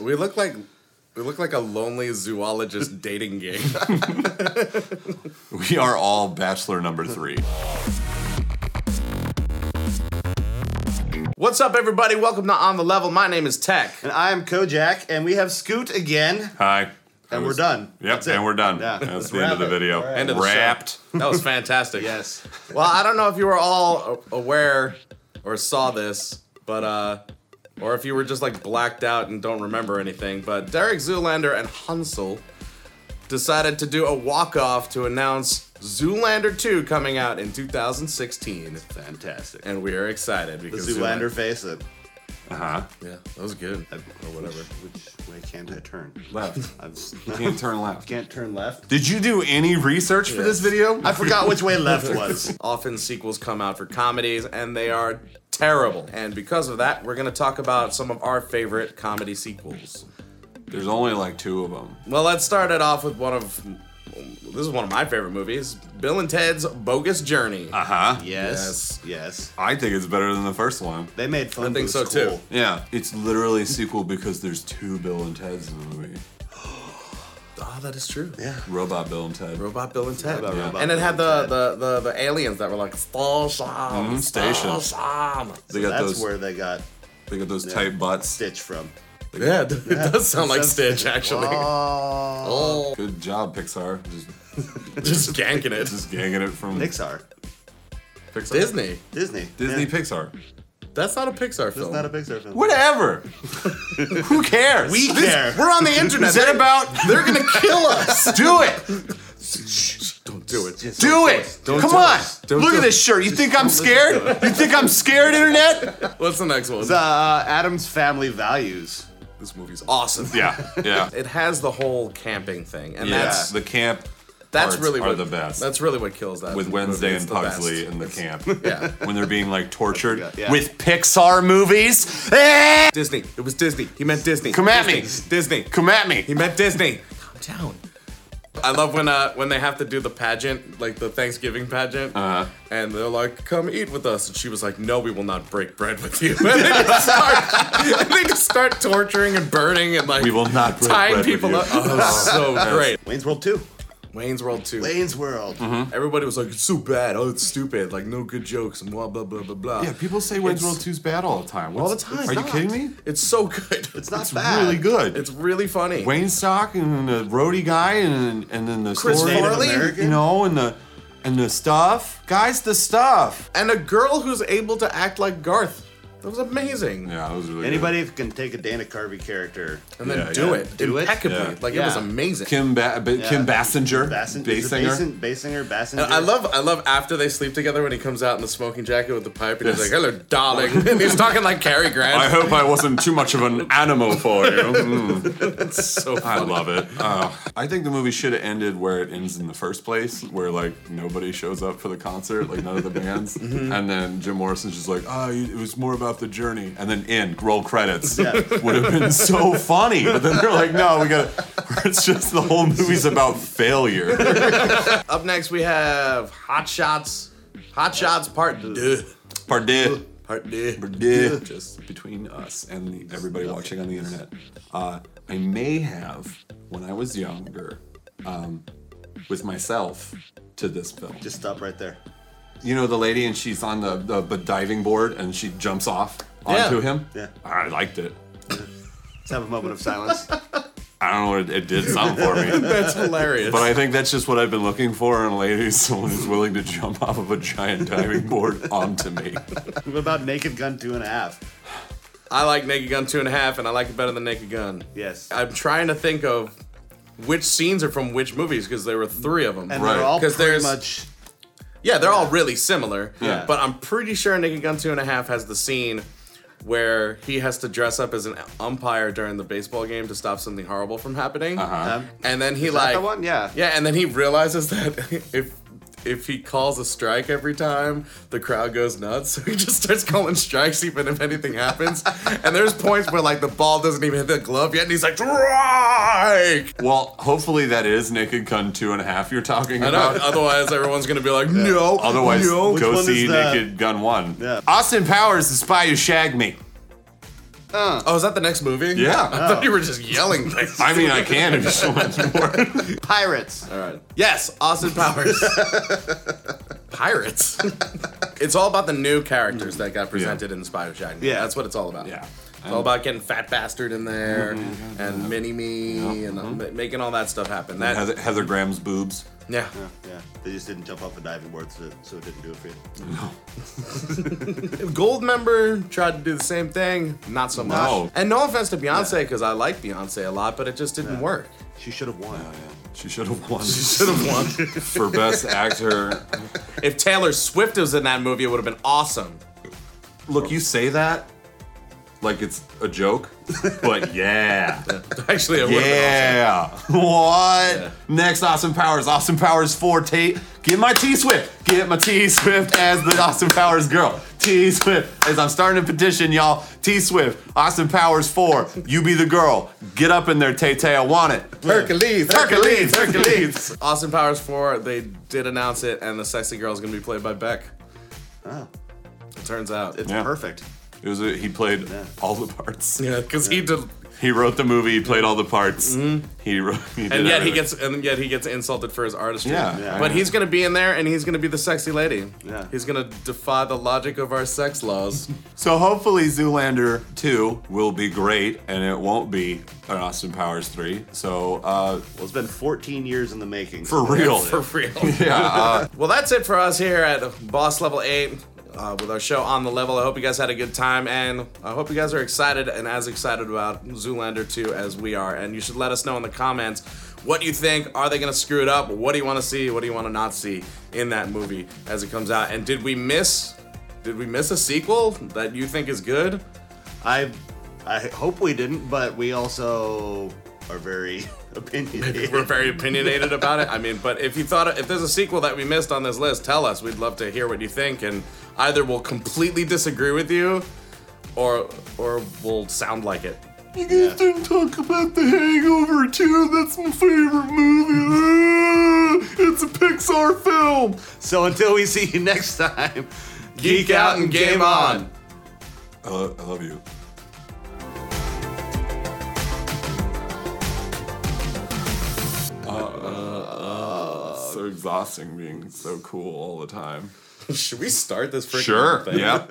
We look like we look like a lonely zoologist dating game. We are all bachelor number three. What's up, everybody? Welcome to On the Level. My name is Tech. And I'm Kojak, and we have Scoot again, Hi. and we're done. Yep, and we're done. Yeah. That's Let's the end of the wrap it. video. All right. End of the show. Wrapped. That was fantastic. Well, I don't know if you were all a- aware or saw this, but uh, or if you were just like blacked out and don't remember anything. But Derek Zoolander and Hansel decided to do a walk off to announce Zoolander 2 coming out in 2016. Fantastic. And we are excited the because Zoolander face. It. uh, Uh-huh. Yeah, that was good. Or whatever. Which way can't I turn? Left. I just Can't turn left. can't turn left. Did you do any research for this Yes. video? I forgot which way left was. Often sequels come out for comedies and they are terrible. And because of that, we're going to talk about some of our favorite comedy sequels. There's only like two of them. Well, let's start it off with one of this is one of my favorite movies, Bill and Ted's Bogus Journey. Ah. Uh huh. Yes. Yes. I think it's better than the first one. They made I fun. think booths so, too. cool. Yeah, it's literally a sequel because there's two Bill and Ted's in the movie. Oh, that is true. Yeah. Robot Bill and Ted. Robot Bill and Ted. Robot, Yeah. Robot and it Bill had and the, Ted. Mm-hmm, the, the, the aliens that were like, Station. Mhm, station. Station. They got That's those. where they got They got those tight butts. Stitch from. Yeah, it does sound like Stitch, actually. Oh, Oh. Good job, Pixar. Just, just ganking it. just ganging it from Pixar. Pixar. Disney. Disney. Disney Yeah. Pixar. That's not a Pixar That's film. not a Pixar film. Whatever. Who cares? We This- care. We're on the internet. Is that about? They're gonna kill us. Do it. Don't do it. Do it. Come do on. it. Don't Look do at this shirt. You think I'm scared? You think I'm scared, internet? What's the next one? It's, uh, Adam's Family Values. This movie's awesome. Yeah. Yeah. It has the whole camping thing, and that's Yes. The camp. that's parts really are what, the best. That's really what kills that. with movie. Wednesday It's and the Pugsley best. in the camp. Yeah. When they're being like tortured Yeah. with Pixar movies. Eh! Disney. It was Disney. He meant Disney. Come at Disney. me. Disney. Come at me. He meant Disney. Calm down. I love when uh when they have to do the pageant, like the Thanksgiving pageant, Uh-huh. and they're like, "Come eat with us," and she was like, "No, we will not break bread with you." And they just start, and they just start torturing and burning and like We will not break tying bread with people you. up. Oh, so great. Wayne's World 2. Wayne's World Two. Wayne's World. Mm-hmm. Everybody was like, "It's so bad. Oh, it's stupid. Like no good jokes and blah blah blah blah blah." Yeah, people say Wayne's It's- World 2's bad all the time. all the What's- time. Are you It's kidding not. me? It's so good. It's not It's bad. really good. It's really funny. Wayne Stock and the roadie guy and and then the Chris story, Native Farley? American? you know, and the and the stuff. Guys, the stuff. and a girl who's able to act like Garth. That was amazing. Yeah, it was really Anybody who can take a Dana Carvey character. And then Yeah, do yeah. it Do it? impeccably. Yeah. Like it was Yeah. amazing. Kim ba- ba- Kim Yeah. Bassinger, Bassin- bass is it singer. Bassin- Bassinger, Bassinger. And I love, I love after they sleep together when he comes out in the smoking jacket with the pipe and he's like, Yes. "Hello, darling," and he's talking like Cary I Grant. hope I wasn't too much of an animal for you. Mm, It's so I funny. Ah. love it. Oh, I think the movie should have ended where it ends in the first place, where like nobody shows up for the concert, like none of the bands, Mm-hmm. and then Jim Morrison's just like, "Oh, you- it was more about the journey," and then end roll credits. Yeah. would have been so funny. But then they're like, no, we got. to It's just the whole movie's about failure. Up next we have Hot Shots. Hot Shots Part Deux. Pardieu. Part Deux. Pardieu. Just between us and the, everybody watching on the internet, uh, I may have when I was younger, um, with myself to this film. Just stop right there. You know the lady, and she's on the the, the diving board, and she jumps off Yeah. onto him. Yeah. I liked it. Let's have a moment of silence. I don't know. It, it did something for me. That's hilarious. But I think that's just what I've been looking for in a lady, someone who's willing to jump off of a giant diving board onto me. what about Naked Gun two and a half? I like Naked Gun two and a half, and I like it better than Naked Gun. Yes. I'm trying to think of which scenes are from which movies because there were three of them. and Right. they're all 'Cause pretty there's- much. Yeah, they're all really similar. Yeah. But I'm pretty sure Naked Gun Two and a Half has the scene where he has to dress up as an umpire during the baseball game to stop something horrible from happening. Uh-huh. Um, And then he is like that the one? Yeah. Yeah, and then he realizes that if if he calls a strike every time, the crowd goes nuts. So he just starts calling strikes even if anything happens. and there's points where like the ball doesn't even hit the glove yet, and he's like, strike! Well, hopefully that is Naked Gun two and a half you're talking I know. about. Otherwise everyone's gonna be like, no. Otherwise, no. Which go one see is that? Naked Gun one. Yeah. Austin Powers, the spy who shagged me. Oh, is that the next movie? Yeah. I thought you were just yelling things. I mean, I can if you just want more. Pirates. All right. Yes, Austin Powers. Pirates. it's all about the new characters that got presented in Spider Shack. Yeah. that's what it's all about. Yeah. It's all about getting Fat Bastard in there and Mini Me and uh, Mm-hmm. ma- making all that stuff happen. That Heather, Heather Graham's boobs. yeah. Yeah, they just didn't jump off a diving board, so, so it didn't do it for you. Gold member tried to do the same thing, not so much. No. And no offense to Beyonce, because I like Beyonce a lot, but it just didn't work. She should have won. She should have won Should have won. for best actor. if Taylor Swift was in that movie, it would have been awesome. Look, you say that like it's a joke, but yeah. Actually, it would have been awesome. Yeah. What? Next, Austin Powers. Austin Powers 4 Tate. Get my T Swift. Get my T Swift as the Austin Powers girl. T Swift. As I'm starting a petition, y'all. T Swift. Austin Powers 4. You be the girl. Get up in there, Tay Tay. I want it. Hercules, Hercules. Hercules. Austin Powers 4, they did announce it, and the sexy girl is going to be played by Beck. Oh, It turns out. it's Yeah. perfect. It was a, he played all the parts. yeah, because he did, He wrote the movie. He played all the parts. He wrote. He did Mm-hmm. and yet he everything. gets, and yet he gets insulted for his artistry. Yeah. Yeah. But he's gonna be in there, and he's gonna be the sexy lady. Yeah. He's gonna defy the logic of our sex laws. So hopefully Zoolander 2 will be great and it won't be an Austin Powers 3. So uh Well, it's been 14 years in the making. for real. For real. yeah, uh, Well, that's it for us here at Boss Level 8 uh, with our show On the Level. I hope you guys had a good time, and I hope you guys are excited and as excited about Zoolander 2 as we are. And you should let us know in the comments what you think. Are they going to screw it up? What do you want to see? What do you want to not see in that movie as it comes out? And did we miss. Did we miss a sequel that you think is good? I, I hope we didn't, but we also are very opinionated. We're very opinionated about it. I mean, but if you thought if there's a sequel that we missed on this list, tell us. We'd love to hear what you think, and either we'll completely disagree with you, or or we'll sound like it. you guys didn't talk about The Hangover 2. That's my favorite movie. Ah, it's a Pixar film. So until we see you next time, Geek out and game on. I, lo- I love you. Uh, uh, so exhausting being so cool all the time. Should we start this freaking Sure. thing? Yeah.